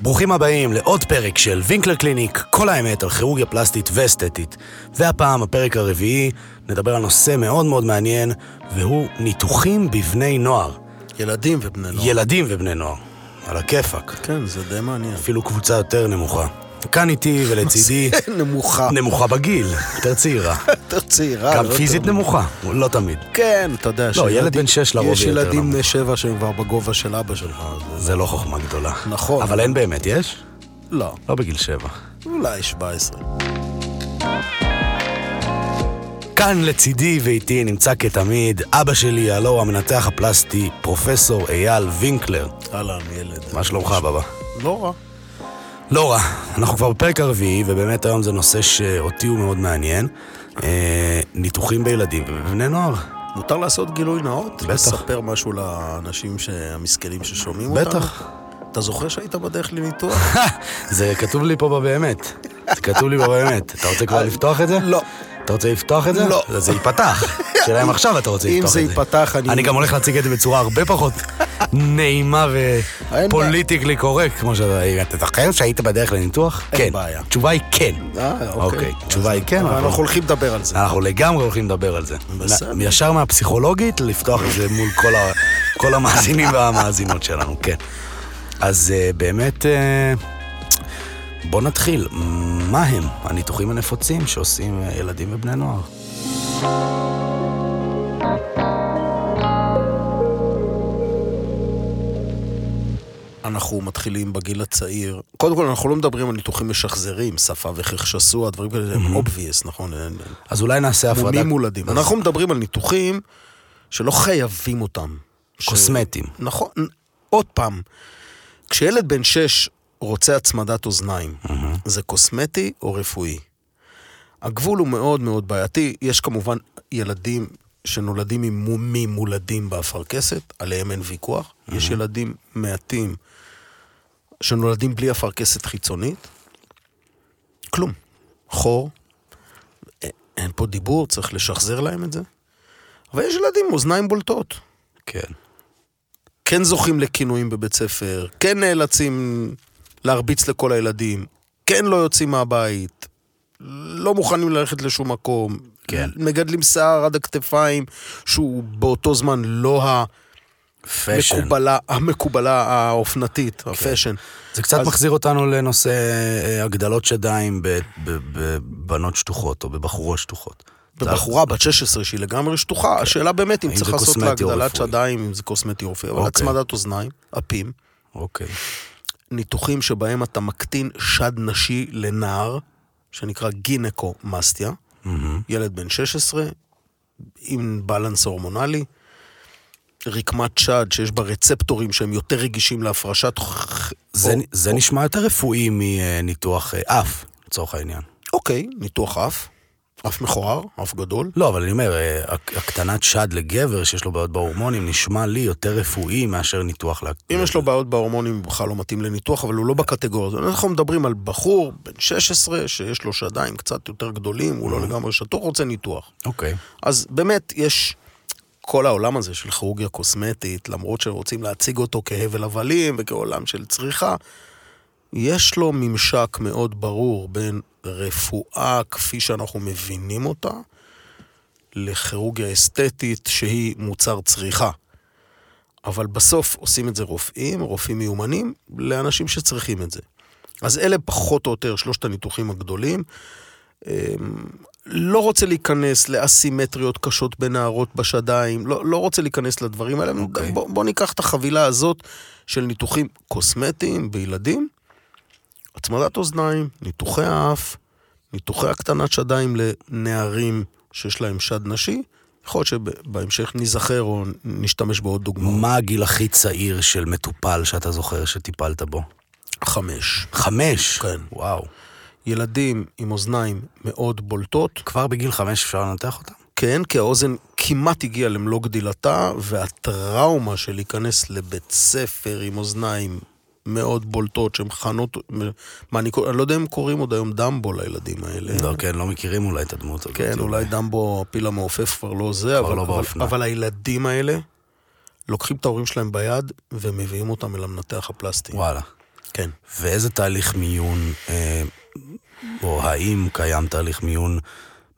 ברוכים הבאים לעוד פרק של וינקלר קליניק, כל האמת על כירורגיה פלסטית ואסתטית. והפעם, הפרק הרביעי, נדבר על נושא מאוד מאוד מעניין, והוא ניתוחים בבני נוער. ילדים ובני נוער. ילדים ובני נוער. על הכיפאק. כן, זה די מעניין. אפילו קבוצה יותר נמוכה. כאן איתי ולצידי, כן, נמוכה. נמוכה בגיל, יותר צעירה. יותר צעירה. גם לא יותר- פיזית נמוכה, לא תמיד. כן, אתה יודע. שילדים- ילד בן שש לרוב יש יהיה יותר ילדים נמוך. בני שבע שהם כבר בגובה של אבא שלך. אז- זה לא חוכמה גדולה. נכון. אבל אין באמת, יש? לא, לא בגיל שבע. אולי 17. כאן לצידי ואיתי נמצא כתמיד אבא שלי, הלו הוא המנתח הפלסטי, פרופסור אייל וינקלר. אהלן, ילד. מה שלומך, בבא? לא רע. לא רע, אנחנו כבר בפרק הרביעי, ובאמת היום זה נושא שאותי הוא מאוד מעניין. אה, ניתוחים בילדים ובבני נוער. מותר לעשות גילוי נאות? בטח. לספר משהו לאנשים ש- המסכנים ששומעים אותנו? בטח. אתה זוכר שהיית בדרך לניתוח? זה כתוב לי פה בבאמת. זה כתוב לי פה באמת. אתה רוצה כבר לפתוח את זה? לא. אתה רוצה לפתוח את זה? לא. אז זה ייפתח. שאלה אם עכשיו אתה רוצה אם לפתוח את זה. זה ייפתח, אני- אני גם הולך להציג את זה בצורה הרבה פחות נעימה בעיה. ופוליטיקלי קורקט, כמו שאתה... אתה זוכר שהיית בדרך לניתוח? אין כן. בעיה. התשובה היא כן. אה, אוקיי. התשובה היא כן. אבל אבל- אנחנו הולכים לדבר על זה. אנחנו לגמרי הולכים לדבר על זה. בסדר. נ- ישר מהפסיכולוגית, לפתוח את זה מול כל, ה... כל המאזינים והמאזינות שלנו, כן. אז אה, באמת, אה, בוא נתחיל. מה הם הניתוחים הנפוצים שעושים אה, ילדים ובני נוער? אנחנו מתחילים בגיל הצעיר. קודם כל, אנחנו לא מדברים על ניתוחים משחזרים, שפה וכחשסוע, דברים כאלה, הם obvious, נכון? אין- אז אולי נעשה הפרדה. נכון, מומים מולדים. אז- אנחנו מדברים על ניתוחים שלא חייבים אותם. ש- קוסמטיים. נכון. עוד פעם, כשילד בן שש רוצה הצמדת אוזניים, זה קוסמטי או רפואי? הגבול הוא מאוד מאוד בעייתי. יש כמובן ילדים שנולדים עם מומים מולדים באפרכסת, עליהם אין ויכוח. יש ילדים מעטים שנולדים בלי אפרכסת חיצונית. כלום. חור. א- אין פה דיבור, צריך לשחזר להם את זה. אבל יש ילדים עם אוזניים בולטות. כן. כן זוכים לכינויים בבית ספר, כן נאלצים להרביץ לכל הילדים, כן לא יוצאים מהבית, לא מוכנים ללכת לשום מקום, כן. מגדלים שיער עד הכתפיים, שהוא באותו זמן לא פשן. המקובלה, המקובלה האופנתית, הפאשן. כן. זה קצת אז- מחזיר אותנו לנושא אה, הגדלות שדיים ב- ב- בבנות שטוחות או בבחורות שטוחות. בבחורה בת 16 שהיא לגמרי שטוחה, השאלה באמת אם כן. האם צריך זה לעשות לה קוסמטי או הגדלת רפואי? שדיים, אם זה קוסמטי או רפואי, אבל אוקיי. הצמדת אוזניים, אפים. אוקיי. ניתוחים שבהם אתה מקטין שד נשי לנער, שנקרא גינקומסטיה, מהמם. ילד בן 16, עם בלנס הורמונלי, רקמת שד שיש בה רצפטורים שהם יותר רגישים להפרשת... ח- זה, או- זה נשמע יותר רפואי מניתוח אה, אף, לצורך העניין. אוקיי, ניתוח אף, אף מכוער, אף גדול. לא, אבל אני אומר, אה, הק- הקטנת שד לגבר שיש לו בעיות בהורמונים נשמע לי יותר רפואי מאשר ניתוח ל... אם יש לו בעיות בהורמונים, הוא בכלל לא מתאים לניתוח, אבל הוא לא בקטגוריה הזאת. אנחנו מדברים על בחור בן 16 שיש לו שדיים קצת יותר גדולים, הוא לא לגמרי שטוח, רוצה ניתוח. אוקיי. אז באמת, יש כל העולם הזה של כירורגיה קוסמטית, למרות שרוצים להציג אותו כהבל הבלים וכעולם של צריכה, יש לו ממשק מאוד ברור בין רפואה כפי שאנחנו מבינים אותה, לכירורגיה אסתטית שהיא מוצר צריכה. אבל בסוף עושים את זה רופאים, רופאים מיומנים, לאנשים שצריכים את זה. אז אלה פחות או יותר שלושת הניתוחים הגדולים. לא רוצה להיכנס לאסימטריות קשות בנערות בשדיים, לא, לא רוצה להיכנס לדברים האלה. אוקיי. Okay. בוא, בוא ניקח את החבילה הזאת של ניתוחים קוסמטיים בילדים, הצמדת אוזניים, ניתוחי האף, ניתוחי הקטנת שדיים לנערים שיש להם שד נשי. יכול להיות שבהמשך ניזכר או נשתמש בעוד דוגמאות. מה הגיל הכי צעיר של מטופל שאתה זוכר שטיפלת בו? חמש. חמש. כן. וואו. ילדים עם אוזניים מאוד בולטות, כבר בגיל חמש אפשר לנתח אותם? כן, כי האוזן כמעט הגיעה למלוא גדילתה, והטראומה של להיכנס לבית ספר עם אוזניים מאוד בולטות, שהן חנות... מעניקות, אני לא יודע אם קוראים עוד היום דמבו לילדים האלה. לא, כן, לא מכירים אולי את הדמות הזאת. אה, כן, אולי דמבו, הפיל המעופף כבר לא זה, כבר אבל, לא אבל, באופנה. אבל הילדים האלה לוקחים את ההורים שלהם ביד ומביאים אותם אל המנתח הפלסטי. וואלה. כן. ואיזה תהליך מיון, אה, או האם קיים תהליך מיון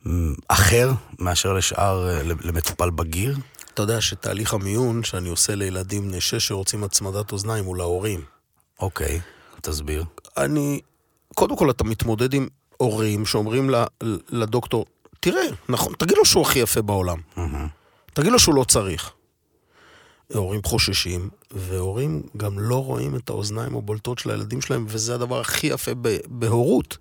מ, אחר מאשר לשאר, אה, למטופל בגיר? אתה יודע שתהליך המיון שאני עושה לילדים בני שש שרוצים הצמדת אוזניים הוא להורים. אוקיי, תסביר. אני, קודם כל אתה מתמודד עם הורים שאומרים ל, לדוקטור, תראה, נכון, תגיד לו שהוא הכי יפה בעולם. תגיד לו שהוא לא צריך. הורים חוששים, והורים גם לא רואים את האוזניים הבולטות של הילדים שלהם, וזה הדבר הכי יפה ב- בהורות.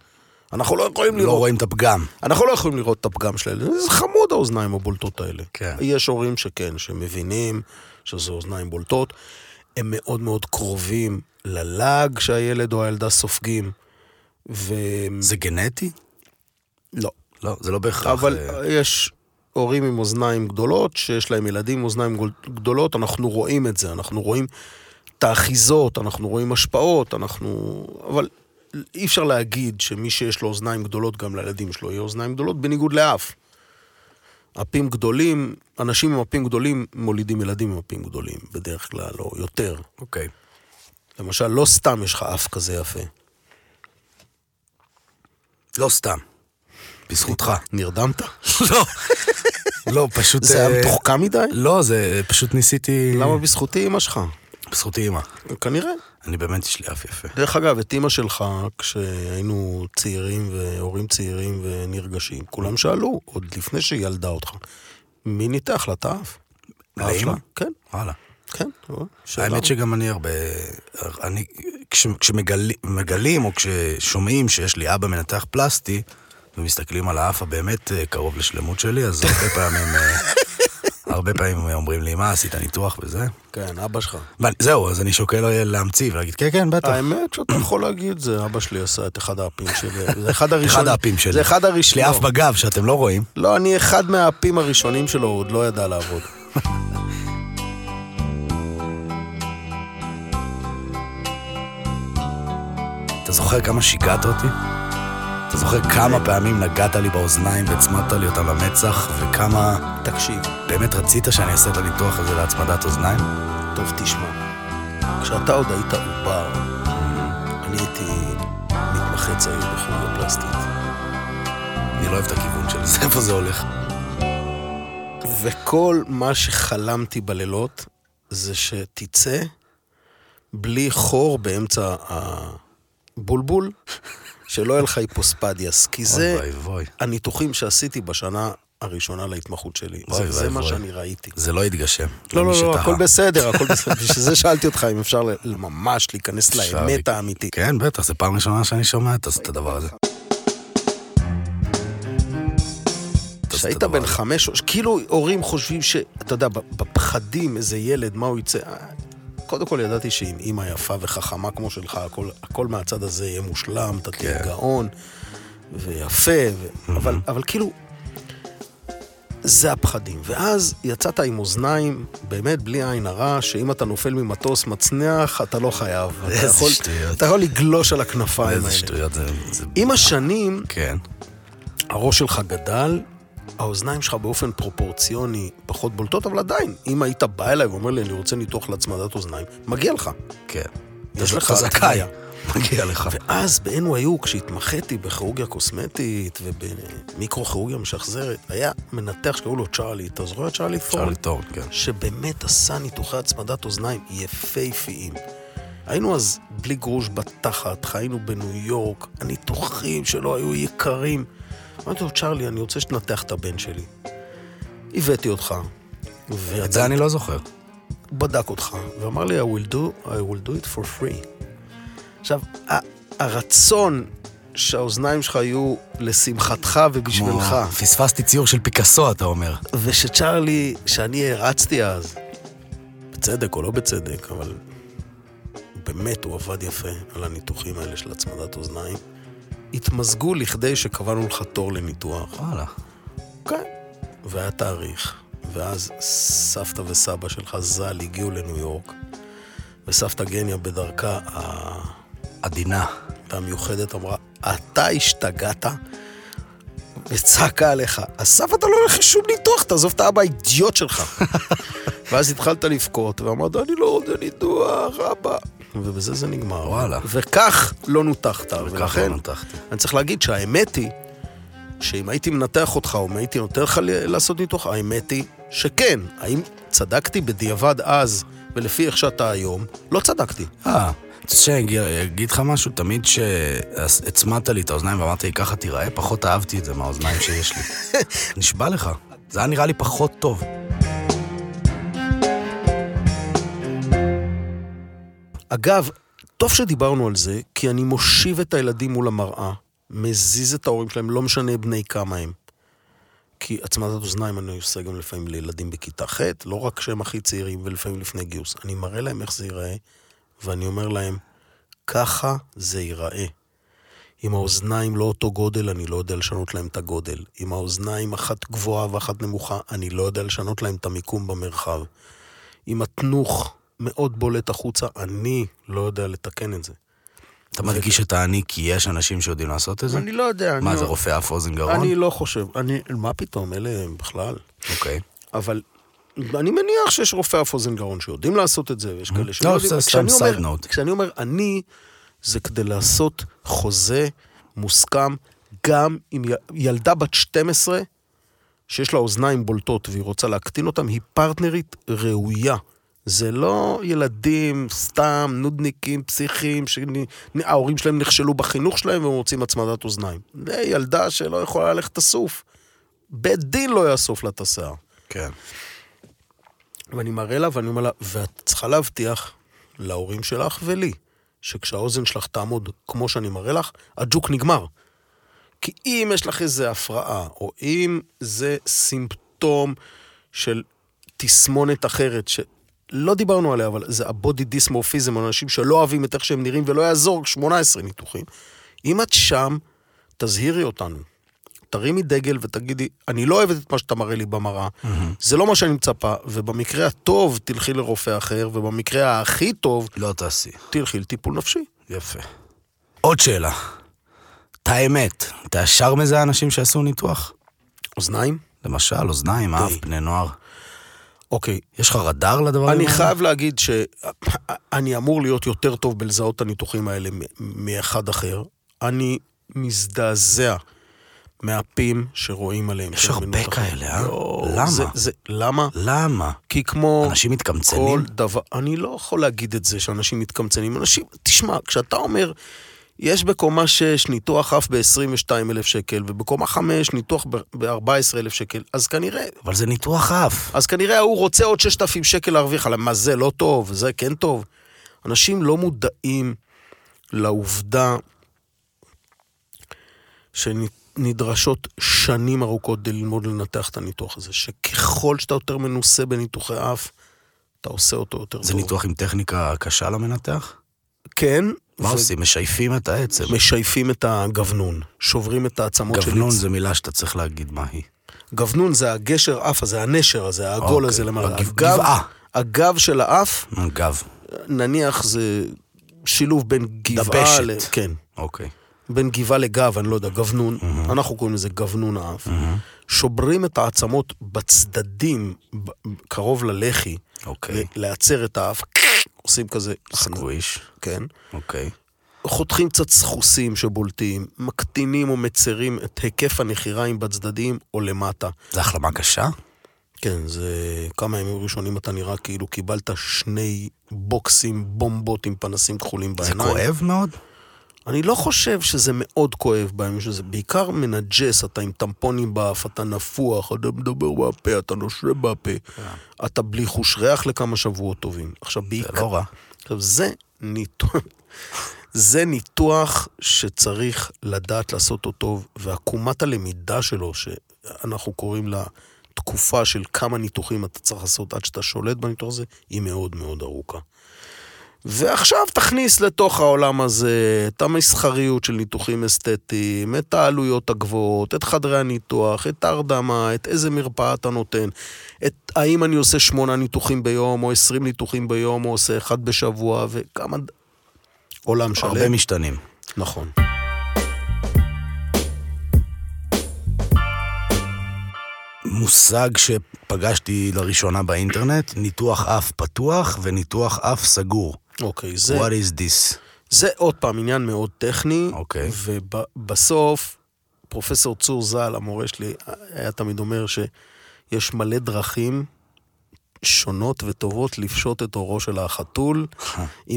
אנחנו לא יכולים לא לראות. רואים את הפגם. אנחנו לא יכולים לראות את הפגם של הילדים, זה חמוד האוזניים הבולטות האלה. כן. יש הורים שכן, שמבינים שזה אוזניים בולטות. הם מאוד מאוד קרובים ללעג שהילד או הילדה סופגים. ו... זה גנטי? לא. לא, זה לא בהכרח... אבל אה, יש הורים עם אוזניים גדולות, שיש להם ילדים עם אוזניים גול- גדולות, אנחנו רואים את זה, אנחנו רואים את האחיזות, אנחנו רואים השפעות, אנחנו... אבל אי אפשר להגיד שמי שיש לו אוזניים גדולות, גם לילדים שלו יהיו אוזניים גדולות, בניגוד לאף. אפים גדולים, אנשים עם אפים גדולים מולידים ילדים עם אפים גדולים, בדרך כלל, או יותר. אוקיי. למשל, לא סתם יש לך אף כזה יפה. לא סתם. בזכותך. נרדמת? לא. לא, פשוט... זה היה אה, מתוחכם מדי? לא, זה פשוט ניסיתי... למה בזכותי אמא שלך? בזכותי אימא. כנראה. אני באמת, יש לי אף יפה. דרך אגב, את אימא שלך, כשהיינו צעירים והורים צעירים ונרגשים, כולם שאלו, עוד לפני שהיא ילדה אותך, מי ניתח לה את האף? האף לאמא? שלה? כן, וואלה. כן. שאלה. האמת שגם אני הרבה... אני... כש- כשמגלים או כששומעים שיש לי אבא מנתח פלסטי, ומסתכלים על האף הבאמת אה, קרוב לשלמות שלי, אז הרבה פעמים... אה, הרבה פעמים אומרים לי, מה, עשית ניתוח וזה? כן, אבא שלך. ואני- זהו, אז אני שוקל אה, להמציא ולהגיד, כן, כן, בטח. האמת שאתה יכול להגיד, זה אבא שלי עשה את אחד האפים שלי. זה אחד הראשונים. אחד האפים שלי. זה אחד יש לי הראשונים. אף בגב שאתם לא רואים. לא, אני אחד מהאפים הראשונים שלו, הוא עוד לא ידע לעבוד. אתה זוכר כמה שיגעת אותי? אתה זוכר אה. כמה פעמים נגעת לי באוזניים והצמדת לי אותם למצח, וכמה תקשיב, באמת רצית שאני אעשה את הניתוח הזה להצמדת אוזניים? טוב תשמע. כשאתה עוד היית עובר, אני הייתי מתמחה צעיר בחוג הפלסטית. אני לא אוהב את הכיוון של זה, איפה זה הולך? וכל מה שחלמתי בלילות זה שתצא בלי חור באמצע הבולבול, שלא יהיה לך היפוספדיאס, כי זה אוי ואבוי. הניתוחים שעשיתי בשנה הראשונה להתמחות שלי. אוי, זה- זה אוי, מה אוי. שאני ראיתי. זה לא יתגשם. לא, למי לא, לא, שתהה. הכל בסדר, הכל בסדר. בשביל זה שאלתי אותך אם אפשר ל- ממש להיכנס אפשר לאמת לי- האמיתית. כן, בטח, זו פעם ראשונה שאני שומע את את הדבר הזה. כשהיית הדבר בן הזה. חמש, כאילו הורים חושבים ש... אתה יודע, בפחדים, איזה ילד, מה הוא יצא... אה, קודם כל ידעתי שעם אימא יפה וחכמה כמו שלך, הכל, הכל מהצד הזה יהיה מושלם, אתה תהיה כן. Mm-hmm. גאון ויפה, ו... אבל, אבל כאילו, זה הפחדים. ואז יצאת עם אוזניים, באמת בלי עין הרע, שאם אתה נופל ממטוס מצנח, אתה לא חייב. אתה איזה יכול- שטויות. אתה יכול לגלוש על הכנפיים האלה. איזה שטויות זה... זה- עם השנים, כן. הראש שלך גדל, האוזניים שלך באופן פרופורציוני פחות בולטות, אבל עדיין, אם היית בא אליי ואומר לי, אני רוצה ניתוח להצמדת אוזניים, מגיע לך. כן. יש לך אתה זכאי. התניה. מגיע לך. ואז ב-NYU, כשהתמחיתי בכירורגיה קוסמטית ובמיקרוכירורגיה משחזרת, היה מנתח שקראו לו צ'ארלי, אתה זוכר את צ'ארלי פורד? צ'רלי טורן, כן. שבאמת עשה ניתוחי הצמדת אוזניים יפהפיים. היינו אז בלי גרוש בתחת, חיינו בניו יורק, הניתוחים שלו היו יקרים. אמרתי לו, צ'רלי, אני רוצה שתנתח את הבן שלי. הבאתי אותך, את זה ואתה אני לא זוכר. בדק אותך, ואמר לי, I will do, I will do it for free. עכשיו, ה- הרצון שהאוזניים שלך יהיו לשמחתך ובשבילך. כמו- פספסתי ציור של פיקאסו, אתה אומר. ושצ'רלי, שאני הרצתי אז, בצדק או לא בצדק, אבל באמת הוא עבד יפה על הניתוחים האלה של הצמדת אוזניים, התמזגו לכדי שקבענו לך תור לניתוח. וואלה. כן. והיה תאריך, ואז סבתא וסבא שלך ז"ל הגיעו לניו יורק, וסבתא גניה בדרכה ה... עדינה. והמיוחדת אמרה, אתה השתגעת? וצעקה עליך, אסף אתה לא הולך לשום ניתוח, תעזוב את האבא האידיוט שלך. ואז התחלת לבכות, ואמרת, אני לא רוצה ניתוח, אבא. ובזה זה נגמר. וואלה. וכך לא נותחת. וככה ולכן, לא נתחתי. אני צריך להגיד שהאמת היא, שאם הייתי מנתח אותך, או אם הייתי נותן לך ל- לעשות ניתוח, האמת היא שכן. האם צדקתי בדיעבד אז, ולפי איך שאתה היום, לא צדקתי. אה, אתה רוצה שאני אגיד- אגיד לך משהו? תמיד שהצמדת לי את האוזניים ואמרת לי, ככה תיראה, פחות אהבתי את זה מהאוזניים שיש לי. נשבע לך, זה היה נראה לי פחות טוב. אגב, טוב שדיברנו על זה, כי אני מושיב את הילדים מול המראה, מזיז את ההורים שלהם, לא משנה בני כמה הם. כי הצמדת אוזניים אני עושה גם לפעמים לילדים בכיתה ח', לא רק שהם הכי צעירים ולפעמים לפני גיוס. אני מראה להם איך זה ייראה, ואני אומר להם, ככה זה ייראה. אם האוזניים לא אותו גודל, אני לא יודע לשנות להם את הגודל. אם האוזניים אחת גבוהה ואחת נמוכה, אני לא יודע לשנות להם את המיקום במרחב. אם התנוך מאוד בולט החוצה, אני לא יודע לתקן את זה. כן. אתה מרגיש את העני כי יש אנשים שיודעים לעשות את זה? אני לא יודע. מה, אני זה לא- רופא אף אוזן גרון? אני לא חושב. אני, מה פתאום, אלה הם בכלל. אוקיי. אבל אני מניח שיש רופאי אף אוזן גרון שיודעים לעשות את זה, ויש כאלה שלא לא, יודעים. זה כשאני סתם אומר- side note. כשאני אומר אני, זה כדי לעשות חוזה מוסכם גם עם י- ילדה בת 12, שיש לה אוזניים בולטות והיא רוצה להקטין אותן, היא פרטנרית ראויה. זה לא ילדים סתם, נודניקים, פסיכים, שההורים שלהם נכשלו בחינוך שלהם והם רוצים הצמדת אוזניים. זה ילדה שלא יכולה ללכת לסוף. בית דין לא יאסוף לה את השיער. כן. ואני מראה לה ואני אומר לה, ואת צריכה להבטיח להורים שלך ולי, שכשהאוזן שלך תעמוד כמו שאני מראה לך, הג'וק נגמר. כי אם יש לך איזו הפרעה, או אם זה סימפטום של תסמונת אחרת, שלא דיברנו עליה, אבל זה הבודי דיסמורפיזם, אנשים שלא אוהבים את איך שהם נראים, ולא יעזור 18 ניתוחים. אם את שם, תזהירי אותנו. תרימי דגל ותגידי, אני לא אוהבת את מה שאתה מראה לי במראה, זה לא מה שאני מצפה, ובמקרה הטוב תלכי לרופא אחר, ובמקרה הכי טוב לא תעשי. תלכי לטיפול נפשי. יפה. עוד שאלה. את האמת, אתה ישר מזהה אנשים שעשו ניתוח? אוזניים? למשל, אוזניים, אף, די. בני נוער. אוקיי, יש לך רדאר לדברים האלה? אני חייב להגיד שאני אמור להיות יותר טוב בלזהות את הניתוחים האלה מ- מאחד אחר. אני מזדעזע מהפים שרואים עליהם. יש שהם הרבה מנותחים. כאלה, אה? לא, למה? זה- זה- למה? למה? כי כמו אנשים מתקמצנים? כל דבר, אני לא יכול להגיד את זה שאנשים מתקמצנים. אנשים, תשמע, כשאתה אומר, יש בקומה 6 ניתוח אף ב-22,000 שקל, ובקומה 5 ניתוח ב-14,000 שקל, אז כנראה אבל זה ניתוח אף. אז כנראה ההוא רוצה עוד 6,000 שקל להרוויח, אבל מה זה לא טוב, זה כן טוב. אנשים לא מודעים לעובדה שנדרשות שנים ארוכות כדי ללמוד לנתח את הניתוח הזה, שככל שאתה יותר מנוסה בניתוחי אף, אתה עושה אותו יותר זה טוב. ניתוח עם טכניקה קשה למנתח? כן, מה עושים? משייפים את העצם. משייפים את הגבנון, שוברים את העצמות של גבנון זה מילה שאתה צריך להגיד מה היא. גבנון זה הגשר אף הזה, הנשר הזה, העגול אוקיי, הזה למעלה. הגב- הגב- גבעה. הגב של האף גב, נניח זה שילוב בין גבעה... דבשת. ל... כן. אוקיי. בין גבעה לגב, אני לא יודע, גבנון. Mm-hmm. אנחנו קוראים לזה גבנון האף. Mm-hmm. שוברים את העצמות בצדדים, ב- קרוב ללחי, אוקיי. ל- להצר את האף, עושים כזה... סקוויש. כן. אוקיי. חותכים קצת סחוסים שבולטים, מקטינים או מצרים את היקף הנחיריים בצדדים או למטה. זה החלמה קשה? כן, זה כמה ימים ראשונים אתה נראה כאילו קיבלת שני בוקסים, בומבות עם פנסים כחולים זה בעיניים. כואב מאוד? אני לא חושב שזה מאוד כואב בימים שזה בעיקר מנג'ס, אתה עם טמפונים באף, אתה נפוח, אתה מדבר בפה, אתה נושם בפה, אתה בלי חוש ריח לכמה שבועות טובים. עכשיו, בעיקר... לא רע. עכשיו, זה ניתוח... זה ניתוח שצריך לדעת לעשות אותו טוב, ועקומת הלמידה שלו, שאנחנו קוראים לה תקופה של כמה ניתוחים אתה צריך לעשות עד שאתה שולט בניתוח הזה, היא מאוד מאוד ארוכה. ועכשיו תכניס לתוך העולם הזה את המסחריות של ניתוחים אסתטיים, את העלויות הגבוהות, את חדרי הניתוח, את ההרדמה, את איזה מרפאה אתה נותן, את האם אני עושה שמונה ניתוחים ביום, או עשרים ניתוחים ביום, או עושה אחד בשבוע, וכמה... ד- עולם שלם. הרבה משתנים. נכון. מושג שפגשתי לראשונה באינטרנט, ניתוח אף פתוח וניתוח אף סגור. אוקיי, זה... זה, What is this? זה עוד פעם עניין מאוד טכני, אוקיי. ובסוף פרופסור צור ז"ל, המורה שלי, היה תמיד אומר שיש מלא דרכים שונות וטובות לפשוט את עורו של החתול.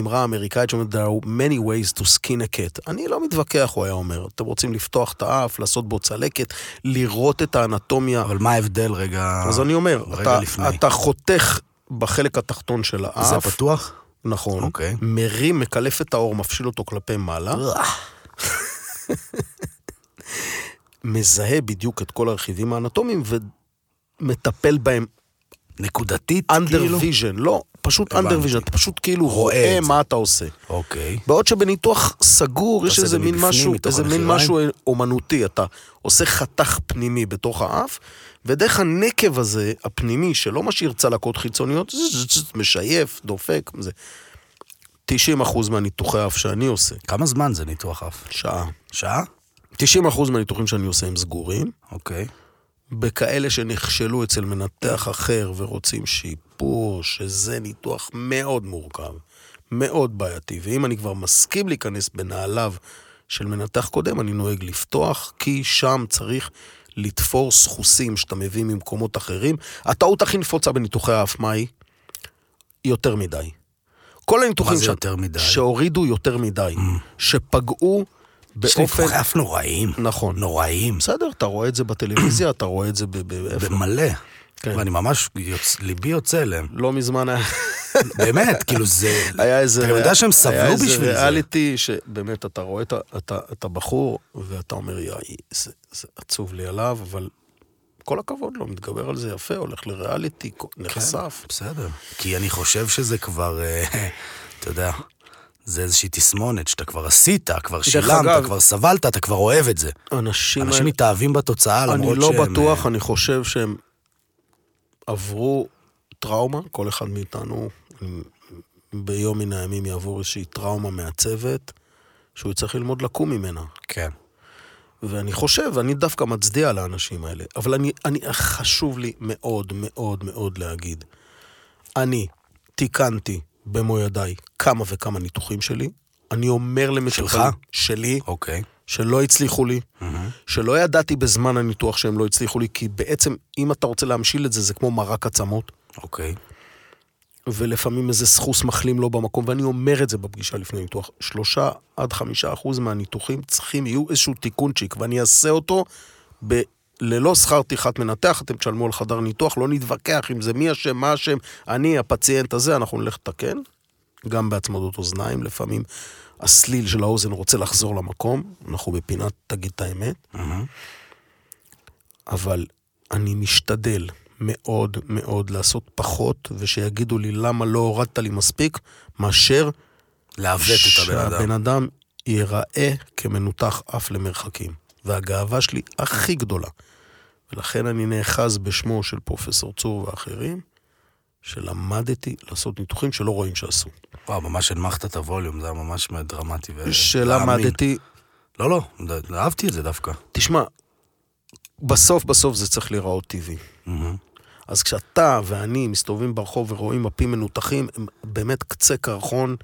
אמרה אמריקאית שאומרת, there are many ways to skin a cat. אני לא מתווכח, הוא היה אומר. אתם רוצים לפתוח את האף, לעשות בו צלקת, לראות את האנטומיה. אבל מה ההבדל רגע... אז אני אומר, רגע אתה, לפני. אתה חותך בחלק התחתון של האף. זה פתוח? נכון. אוקיי. מרים, מקלף את העור, מפשיל אותו כלפי מעלה. מזהה בדיוק את כל הרכיבים האנטומיים ומטפל בהם נקודתית, under כאילו? vision. לא, פשוט הבנתי. under vision, אתה פשוט כאילו רואה רואה את זה. מה אתה עושה. אוקיי. בעוד שבניתוח סגור יש עושה את איזה זה מין מבפנים, משהו, מתוך איזה מין הנחיריים? משהו אומנותי, אתה עושה חתך פנימי בתוך האף, ודרך הנקב הזה, הפנימי, שלא משאיר צלקות חיצוניות, ז- ז- ז- משייף, דופק, זה. 90% מהניתוחי האף שאני עושה, כמה זמן זה ניתוח אף? שעה. שעה? 90% מהניתוחים שאני עושה הם סגורים, אוקיי. בכאלה שנכשלו אצל מנתח אחר ורוצים שיפור, שזה ניתוח מאוד מורכב, מאוד בעייתי. ואם אני כבר מסכים להיכנס בנעליו של מנתח קודם, אני נוהג לפתוח, כי שם צריך לתפור סחוסים שאתה מביא ממקומות אחרים. הטעות הכי נפוצה בניתוחי האף, מה היא? יותר מדי. כל הניתוחים מה זה שה- יותר מדי? Mm. שהורידו יותר מדי, שפגעו יש לי באופן... ניתוחי אף נוראים. נכון. נוראים. בסדר, אתה רואה את זה בטלוויזיה, אתה רואה את זה ב... ב- איפה? במלא. כן. ואני ממש, יוצ- ליבי יוצא אליהם. לא מזמן היה- באמת, כאילו זה... היה איזה... אתה גם יודע שהם היה סבלו איזה בשביל זה. ריאליטי שבאמת, אתה רואה את ה- את ה- את הבחור, ואתה אומר, יאי, זה זה עצוב לי עליו, אבל כל הכבוד לו, מתגבר על זה יפה, הולך לריאליטי, כן. נחשף. בסדר. כי אני חושב שזה כבר, אה, אתה יודע, זה איזושהי תסמונת שאתה כבר עשית, כבר אגב- שילמת, כבר סבלת, אתה כבר אוהב את זה. אנשים אנשים האלה... מתאהבים בתוצאה אני למרות לא שהם... אה, בטוח, אני חושב שהם עברו טראומה, כל אחד מאיתנו אני- ביום מן הימים יעבור איזושהי טראומה מעצבת, שהוא יצטרך ללמוד לקום ממנה. כן. ואני חושב, אני דווקא מצדיע לאנשים האלה, אבל אני, אני, חשוב לי מאוד מאוד מאוד להגיד, אני תיקנתי במו ידיי כמה וכמה ניתוחים שלי, אני אומר למטופלים... שלך? שלי. אוקיי. שלא הצליחו לי, שלא ידעתי בזמן הניתוח שהם לא הצליחו לי, כי בעצם, אם אתה רוצה להמשיל את זה, זה כמו מרק עצמות, אוקיי. ולפעמים איזה סחוס מחלים לא במקום, ואני אומר את זה בפגישה לפני ניתוח. שלושה עד חמישה אחוז מהניתוחים צריכים, יהיו איזשהו תיקונצ'יק, ואני אעשה אותו ב... ללא שכר טרחת מנתח, אתם תשלמו על חדר ניתוח, לא נתווכח אם זה מי אשם, מה אשם, אני, הפציינט הזה, אנחנו נלך לתקן. גם בהצמדות אוזניים, לפעמים הסליל של האוזן רוצה לחזור למקום, אנחנו בפינת תגיד את האמת. אבל אני משתדל מאוד מאוד לעשות פחות, ושיגידו לי למה לא הורדת לי מספיק, מאשר לעוות את הבן אדם. שהבן אדם ייראה כמנותח אף למרחקים. והגאווה שלי הכי גדולה. ולכן אני נאחז בשמו של פרופסור צור ואחרים, שלמדתי לעשות ניתוחים שלא רואים שעשו. אה, וואו, ממש הנמכת את הווליום, זה היה ממש דרמטי. ו- להאמין. שלמדתי, לא, לא, ד- אהבתי את זה דווקא. תשמע, בסוף בסוף זה צריך להיראות טבעי. מהמם. אז כשאתה ואני מסתובבים ברחוב ורואים מפים מנותחים, הם באמת קצה קרחון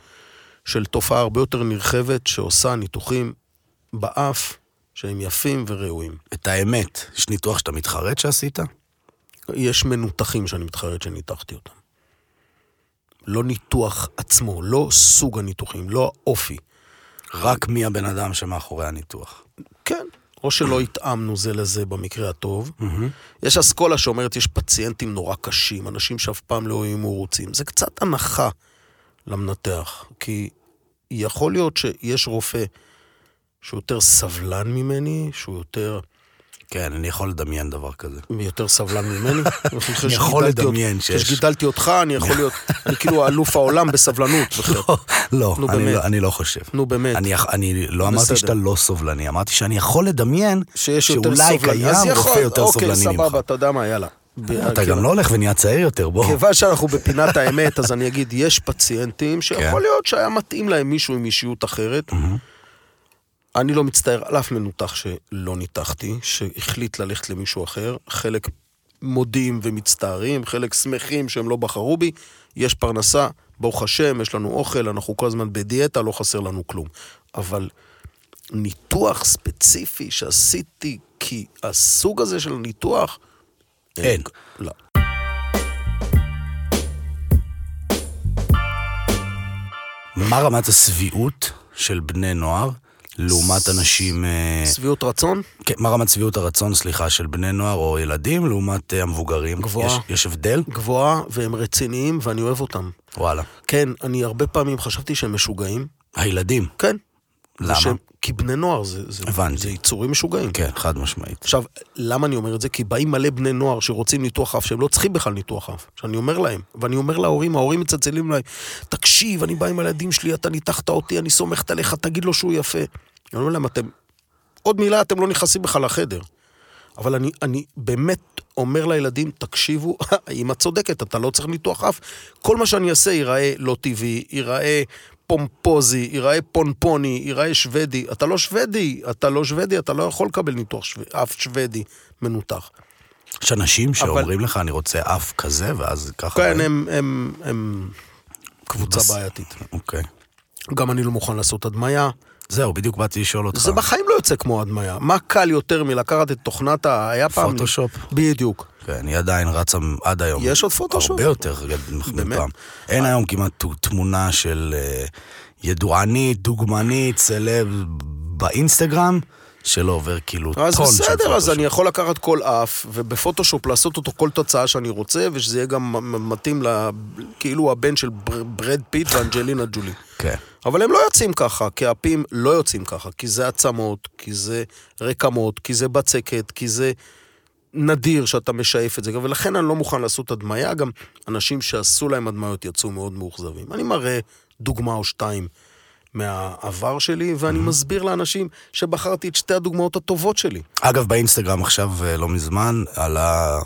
של תופעה הרבה יותר נרחבת שעושה ניתוחים באף שהם יפים וראויים. את האמת, יש ניתוח שאתה מתחרט שעשית? יש מנותחים שאני מתחרט שניתחתי אותם. לא ניתוח עצמו, לא סוג הניתוחים, לא האופי. רק מי הבן אדם שמאחורי הניתוח. כן. או שלא התאמנו זה לזה במקרה הטוב. יש אסכולה שאומרת, יש פציינטים נורא קשים, אנשים שאף פעם לא יהיו מרוצים. זה קצת הנחה למנתח, כי יכול להיות שיש רופא שהוא יותר סבלן ממני, שהוא יותר, כן, אני יכול לדמיין דבר כזה. יותר סבלן ממני. אני יכול לדמיין שיש. שיש. כשגידלתי אותך, אני יכול להיות, אני כאילו אלוף העולם בסבלנות. וכן. לא, נו, אני באמת. לא- אני לא חושב. נו באמת. אני, אני לא אמרתי בסדר. שאתה לא סובלני, אמרתי שאני יכול לדמיין שיש יותר סובלני. שאולי קיים אז יכול- רופא יותר סובלני אוקיי, ממך. סבבה, אתה יודע מה, יאללה. כאילו- אתה גם לא הולך ונהיה צעיר יותר, בוא. כיוון שאנחנו בפינת האמת, אז אני אגיד, יש פציינטים שיכול כן. להיות שהיה מתאים להם מישהו עם אישיות אחרת. אני לא מצטער על אף מנותח שלא ניתחתי, שהחליט ללכת למישהו אחר. חלק מודים ומצטערים, חלק שמחים שהם לא בחרו בי. יש פרנסה, ברוך השם, יש לנו אוכל, אנחנו כל הזמן בדיאטה, לא חסר לנו כלום. אבל ניתוח ספציפי שעשיתי, כי הסוג הזה של הניתוח... אין. לא. מה רמת השביעות של בני נוער לעומת אנשים... אה, שביעות רצון? כן, מה רמת שביעות הרצון, סליחה, של בני נוער או ילדים לעומת אה, המבוגרים? גבוהה. יש, יש הבדל? גבוהה, והם רציניים, ואני אוהב אותם. וואלה. כן, אני הרבה פעמים חשבתי שהם משוגעים. הילדים, כן. זה למה? שהם- כי בני נוער זה, זה, הבנתי. זה יצורים משוגעים. כן, חד משמעית. עכשיו, למה אני אומר את זה? כי באים מלא בני נוער שרוצים ניתוח אף, שהם לא צריכים בכלל ניתוח אף. שאני אומר להם, ואני אומר להורים, ההורים מצלצלים אליי, תקשיב, אני בא עם הילדים שלי, אתה ניתחת אותי, אני סומכת עליך, תגיד לו שהוא יפה. אני אומר להם, אתם... עוד מילה, אתם לא נכנסים בכלל לחדר. אבל אני, אני באמת אומר לילדים, תקשיבו, אמא צודקת, אתה לא צריך ניתוח אף. כל מה שאני אעשה ייראה לא טבעי, ייראה פומפוזי, ייראה פונפוני, ייראה שוודי. אתה לא שוודי, אתה לא שוודי, אתה לא יכול לקבל ניתוח שו... אף שוודי מנותח. יש אנשים שאומרים לך, אני רוצה אף כזה, ואז ככה... כן, הם, הם, הם קבוצה בס- בעייתית. אוקיי. גם אני לא מוכן לעשות הדמיה. זהו, בדיוק באתי לשאול אותך. זה בחיים לא יוצא כמו הדמיה. מה קל יותר מלקחת את תוכנת ה... היה פעם... פוטושופ. בדיוק. כן, היא עדיין רצה עד היום. יש עוד פוטושופ? הרבה יותר באמת? מפעם. אין היום כמעט ת- תמונה של אה, ידוענית, דוגמנית, סלב באינסטגרם, שלא עובר כאילו טון אז של פוטושופ. בסדר, אז אני יכול לקחת כל אף, ובפוטושופ לעשות אותו כל תוצאה שאני רוצה, ושזה יהיה גם מ- מ- מתאים ל... כאילו הבן של בר- ברד פיט ואנג'לינה ג'ולי. כן. אבל הם לא יוצאים ככה, כי האפים לא יוצאים ככה, כי זה עצמות, כי זה רקמות, כי זה בצקת, כי זה נדיר שאתה משייף את זה, ולכן אני לא מוכן לעשות הדמיה, גם אנשים שעשו להם הדמיות יצאו מאוד מאוכזבים. אני מראה דוגמה או שתיים מהעבר שלי, ואני מסביר לאנשים שבחרתי את שתי הדוגמאות הטובות שלי. אגב, באינסטגרם עכשיו, אה, לא מזמן, עלה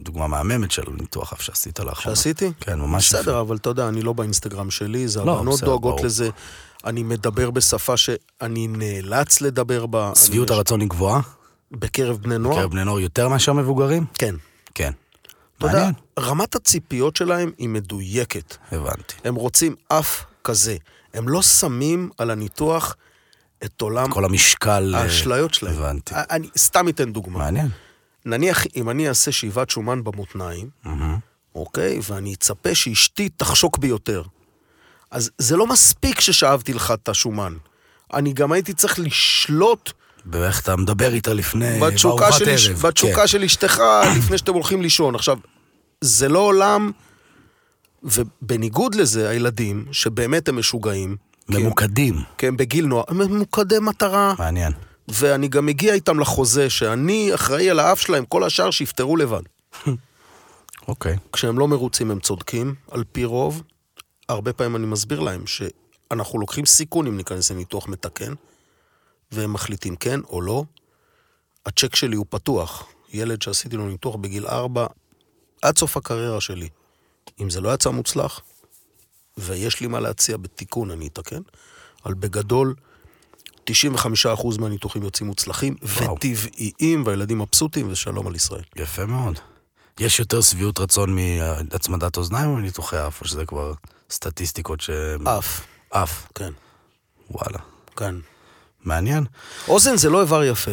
דוגמה מהממת של ניתוח אף שעשית לאחרונה. שעשיתי? כן, ממש יפה. בסדר, אבל אתה יודע, אני לא באינסטגרם שלי, זה לא, הבנות בסדר, דואגות ברור. לזה. אני מדבר בשפה שאני נאלץ לדבר בה. אני אה? שביעות מש- הרצון היא גבוהה? בקרב בני נוער? בקרב בני נוער יותר מאשר מבוגרים? כן. כן. אתה יודע, מעניין. רמת הציפיות שלהם היא מדויקת. הבנתי. הם רוצים אף כזה. הם לא שמים על הניתוח את עולם כל המשקל... אה, האשליות שלהם. הבנתי. א- אני סתם אתן דוגמה. מעניין. נניח אם אני אעשה שאיבת שומן במותניים, אוקיי? ואני אצפה שאשתי תחשוק ביותר. אז זה לא מספיק ששאבתי לך את השומן. אני גם הייתי צריך לשלוט ואיך אתה מדבר איתה לפני... בתשוקה אה, בארוחת של, איש- ערב. כן. בתשוקה של אשתך לפני שאתם הולכים לישון. עכשיו, זה לא עולם, ובניגוד לזה, הילדים, שבאמת הם משוגעים, כן. ממוקדים. כי הם בגיל נוער, הם ממוקדי מטרה. מעניין. ואני גם מגיע איתם לחוזה שאני אחראי על האף שלהם, כל השאר שיפתרו לבד. אוקיי. כשהם לא מרוצים הם צודקים, על פי רוב. הרבה פעמים אני מסביר להם שאנחנו לוקחים סיכון אם ניכנס לניתוח מתקן, והם מחליטים כן או לא. הצ'ק שלי הוא פתוח. ילד שעשיתי לו ניתוח בגיל ארבע, עד סוף הקריירה שלי. אם זה לא יצא מוצלח, ויש לי מה להציע בתיקון, אני אתקן. אבל בגדול, 95% מהניתוחים יוצאים מוצלחים, וואו. וטבעיים, והילדים מבסוטים, ושלום על ישראל. יפה מאוד. יש יותר שביעות רצון מהצמדת אוזניים או מניתוחי אף, או שזה כבר סטטיסטיקות ש... אף, אף. כן, וואלה. כן. מעניין. אוזן זה לא איבר יפה.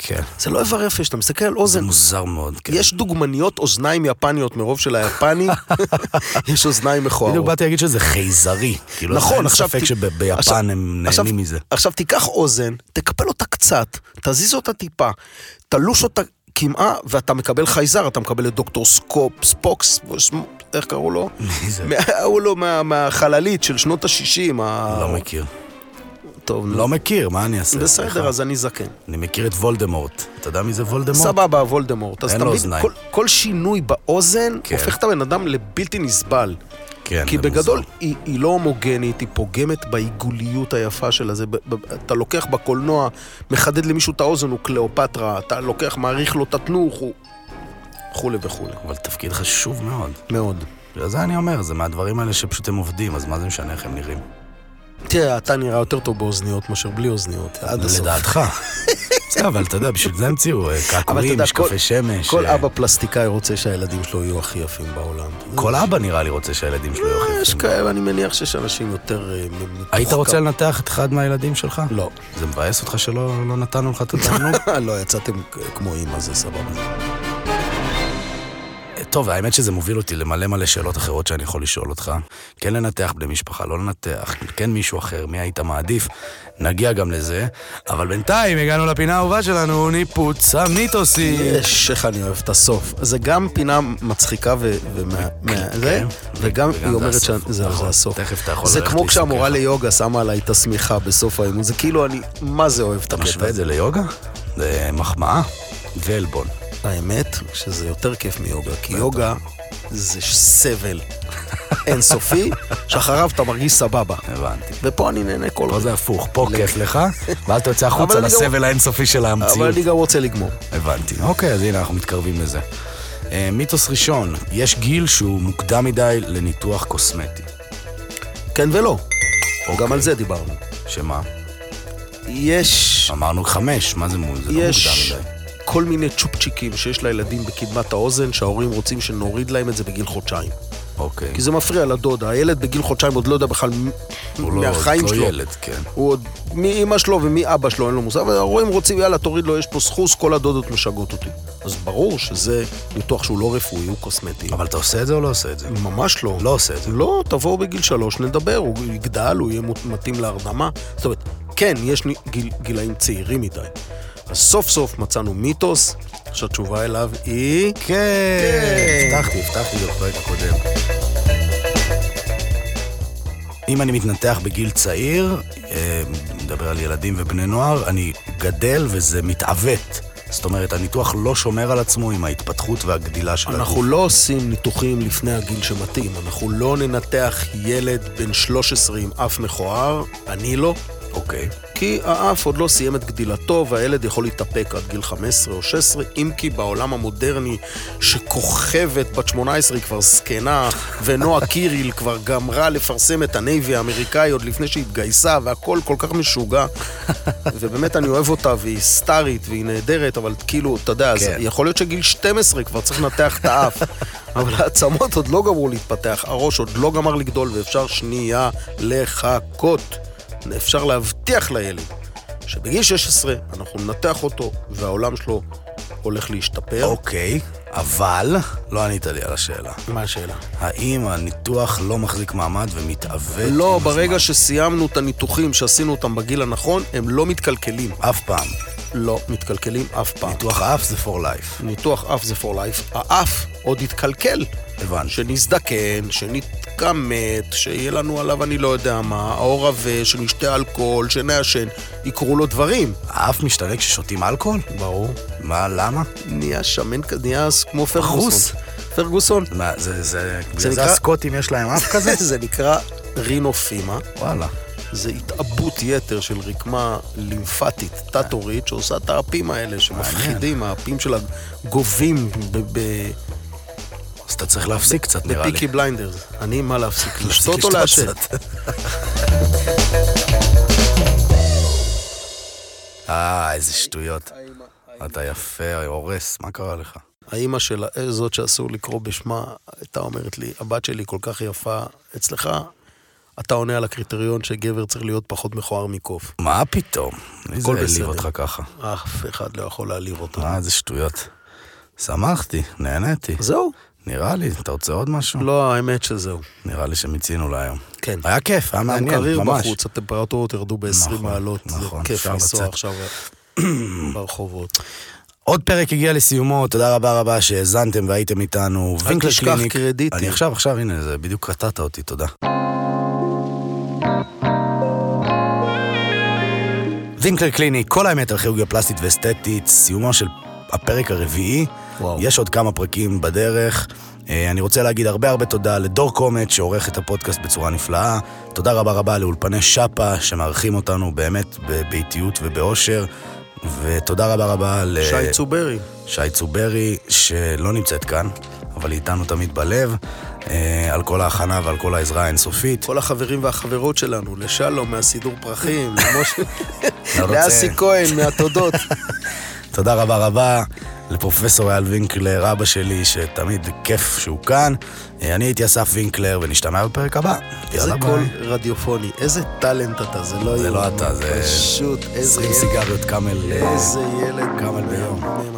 כן. זה לא איבר יפה, כשאתה מסתכל על זה אוזן, מוזר מאוד. כן. יש דוגמניות אוזניים יפניות מרוב של היפני, יש אוזניים בדיוק מכוערות. באתי להגיד שזה חייזרי. כאילו, נכון, אין עכשיו ספק ת- עכשיו- שביפן הם עכשיו- נהנים מזה. עכשיו תיקח אוזן, תקפל אותה קצת, תזיז אותה טיפה, תלוש אותה קמעה, ואתה מקבל חייזר, אתה מקבל את דוקטור סקופ, ספוקס, איך קראו לו? מי זה? מה- הוא לא מה- מהחללית של שנות ה-60. לא מכיר. טוב, נו. לא מכיר, מה אני אעשה? סליחה. אה, בסדר, אז אני זקן. אני מכיר את וולדמורט. אתה יודע מי זה וולדמורט? סבבה, וולדמורט. אז אין לו תמיד אוזניים. כל- כל שינוי באוזן כן. הופך את הבן אדם לבלתי נסבל. כן, כי זה מוזר. בגדול היא, היא לא הומוגנית, היא פוגמת בעיגוליות היפה שלה. זה, ב, ב, אתה לוקח בקולנוע, מחדד למישהו את האוזן, הוא קליאופטרה, אתה לוקח, מעריך לו את התנוך, הוא... וכולי וכולי. אבל תפקיד חשוב מאוד. מאוד. בגלל זה אני אומר, זה מהדברים האלה שפשוט הם עובדים, אז מה זה משנה איך הם נראים? תראה, אתה נראה יותר טוב באוזניות מאשר בלי אוזניות, עד הסוף. לדעתך. בסדר, אבל אתה יודע, בשביל זה המציאו אה, אבל אתה קעקועים, יודע, כל- משקפי שמש. כל אה, אבא פלסטיקאי רוצה שהילדים שלו יהיו הכי יפים בעולם. כל אבא נראה לי רוצה שהילדים שלו יהיו הכי אה, יש יפים. כאלה, אני מניח שיש אנשים יותר... אה, מ- היית מתוחכם. רוצה לנתח את אחד מהילדים שלך? לא. זה מבאס אותך שלא לא נתנו לך את התענוג? לא, יצאתם כ- כמו אימא, זה סבבה. טוב, האמת שזה מוביל אותי למלא מלא שאלות אחרות שאני יכול לשאול אותך. כן לנתח בני משפחה, לא לנתח, כן מישהו אחר, מי היית מעדיף? נגיע גם לזה. אבל בינתיים הגענו לפינה האהובה שלנו, ניפוץ המיתוסים. יש, איך אני אוהב את הסוף. זה גם פינה מצחיקה ו... ומה- מה- זה, וגם כן, וגם היא זה אומרת ש... הסוף. זהו, נכון, זה הסוף. תכף אתה יכול זה ללכת כמו כשהמורה להסתכל. ליוגה שמה עליי את השמיכה בסוף האימון, זה כאילו אני, מה זה אוהב את אתה הקטע משווה את הזה. זה ליוגה? זה מחמאה ועלבון. האמת, שזה יותר כיף מיוגה, כי יוגה זה סבל אינסופי, שאחריו אתה מרגיש סבבה. הבנתי. ופה אני נהנה כל פה רגע. זה הפוך, פה כיף לך, ואז אתה יוצא החוצה אבל אני גם- לסבל האינסופי של אבל המציאות. אני גם רוצה לגמור. הבנתי. אוקיי, אז הנה אנחנו מתקרבים לזה. אה, מיתוס ראשון, יש גיל שהוא מוקדם מדי לניתוח קוסמטי. כן ולא. אוקיי. גם על זה דיברנו. שמה? יש... אמרנו חמש, מה זה מול? זה לא יש מוקדם מדי. כל מיני צ'ופצ'יקים שיש לילדים בקדמת האוזן, שההורים רוצים שנוריד להם את זה בגיל חודשיים. אוקיי. כי זה מפריע לדודה. הילד בגיל חודשיים עוד לא יודע בכלל מ- הוא לא- מהחיים לא שלו. ילד, כן. הוא עוד מי אמא שלו ומי אבא שלו, אין לו מושג, אבל ההורים רוצים, יאללה, תוריד לו, יש פה סחוס, כל הדודות משגעות אותי. אז ברור שזה ניתוח שהוא לא רפואי, הוא קוסמטי. אבל אתה עושה את זה או לא עושה את זה? ממש לא. לא עושה את זה. לא, תבואו בגיל שלוש, נדבר, הוא יגדל, הוא יהיה מות- מתאים להרדמה. זאת אומרת, כן, יש ני- גיל, גילאים צעירים מדי. אז סוף סוף מצאנו מיתוס, שהתשובה אליו היא... כן. הבטחתי, הבטחתי את זה בפרק הקודם. אם אני מתנתח בגיל צעיר, אה, מדבר על ילדים ובני נוער, אני גדל וזה מתעוות. זאת אומרת, הניתוח לא שומר על עצמו עם ההתפתחות והגדילה של אנחנו לא עושים ניתוחים לפני הגיל שמתאים, אנחנו לא ננתח ילד בן 13 עם אף מכוער, אני לא, אוקיי. כי האף עוד לא סיים את גדילתו והילד יכול להתאפק עד גיל 15 או 16, אם כי בעולם המודרני שכוכבת בת 18 היא כבר זקנה ונועה קיריל כבר גמרה לפרסם את הנייבי האמריקאי עוד לפני שהתגייסה והכל כל כך משוגע ובאמת אני אוהב אותה והיא סטארית והיא נהדרת אבל כאילו אתה יודע, אז כן. יכול להיות שגיל 12 כבר צריך לנתח את האף אבל העצמות עוד לא גמרו להתפתח, הראש עוד לא גמר לגדול ואפשר שנייה לחכות אפשר להבטיח לילד שבגיל 16 אנחנו ננתח אותו והעולם שלו הולך להשתפר. אוקיי, אבל לא ענית לי על השאלה. מה השאלה? האם הניתוח לא מחזיק מעמד ומתעוות? לא, עם ברגע שסיימנו את הניתוחים שעשינו אותם בגיל הנכון, הם לא מתקלקלים. הזמן? אף פעם. לא מתקלקלים אף פעם. ניתוח האף זה for life. ניתוח אף זה for life, האף עוד יתקלקל. הבנתי. שנזדקן, שנתכמת, שיהיה לנו עליו אני לא יודע מה, האור עבה, שנשתה אלכוהול, שנעשן, יקרו לו דברים. האף משתנה כששותים אלכוהול? ברור. מה, למה? נהיה שמן, כ- נהיה כמו פרגוסון. פרגוסון. מה, זה, זה, בגלל נקרא- זה הסקוטים יש להם אף כזה? זה נקרא רינופימה, וואלה. זה התעבות יתר של רקמה לימפטית, תת-הורית, שעושה את האפים האלה שמפחידים, האפים שלה גובים ב- ב- אז אתה צריך להפסיק קצת, נראה לי. בפיקי בליינדרס. אני, מה להפסיק? להפסיק לשתות או לעשן? קצת. אה, איזה שטויות. אתה יפה, הורס, מה קרה לך? האימא שלה, אה, זאת שאסור לקרוא בשמה, הייתה אומרת לי, הבת שלי כל כך יפה אצלך, אתה עונה על הקריטריון שגבר צריך להיות פחות מכוער מקוף. מה פתאום? מי זה הכל העליב בסדר. אותך ככה? אף אחד לא יכול להעליב אותו. אה, איזה שטויות. שמחתי, נהניתי. זהו. נראה לי, אתה רוצה עוד משהו? לא, האמת שזהו. נראה לי שמיצינו להיום. כן. היה כיף, היה גם מעניין, קריר ממש. בחוץ, הטמפרטורות ירדו ב-20 נכון, מעלות, זה נכון, כיף אפשר לנסוע לצאת. עכשיו ברחובות. עוד פרק הגיע לסיומו, תודה רבה רבה שהאזנתם והייתם איתנו. וינקל תשכח קליניק. קרדיטים. אני עכשיו, עכשיו, הנה, זה בדיוק קטעת אותי, תודה. וינקלר קליניק, כל האמת על כירורגיה פלסטית ואסתטית, סיומו של הפרק הרביעי. וואו. יש עוד כמה פרקים בדרך. אה, אני רוצה להגיד הרבה הרבה תודה לדור קומט, שעורך את הפודקאסט בצורה נפלאה. תודה רבה רבה לאולפני שפה, שמארחים אותנו באמת בביתיות ובאושר. ותודה רבה רבה ל... שי צוברי, שי צוברי, שלא נמצאת כאן, אבל היא איתנו תמיד בלב. אה, על כל ההכנה ועל כל העזרה האינסופית. כל החברים והחברות שלנו, לשלום מהסידור פרחים, למשה, לא רוצה. לאסי כהן מהתודות. תודה רבה רבה לפרופסור אייל וינקלר, אבא שלי, שתמיד כיף שהוא כאן. אה, אני הייתי אסף וינקלר, ונשתמע בפרק הבא. איזה יאללה, ביי. קול רדיופוני, איזה טאלנט אתה, זה לא זה לא יאומן. אתה, זה פשוט, איזה 20 ילד, סיגריות קאמל, אה, איזה ילד. כמה ביום. מהמם.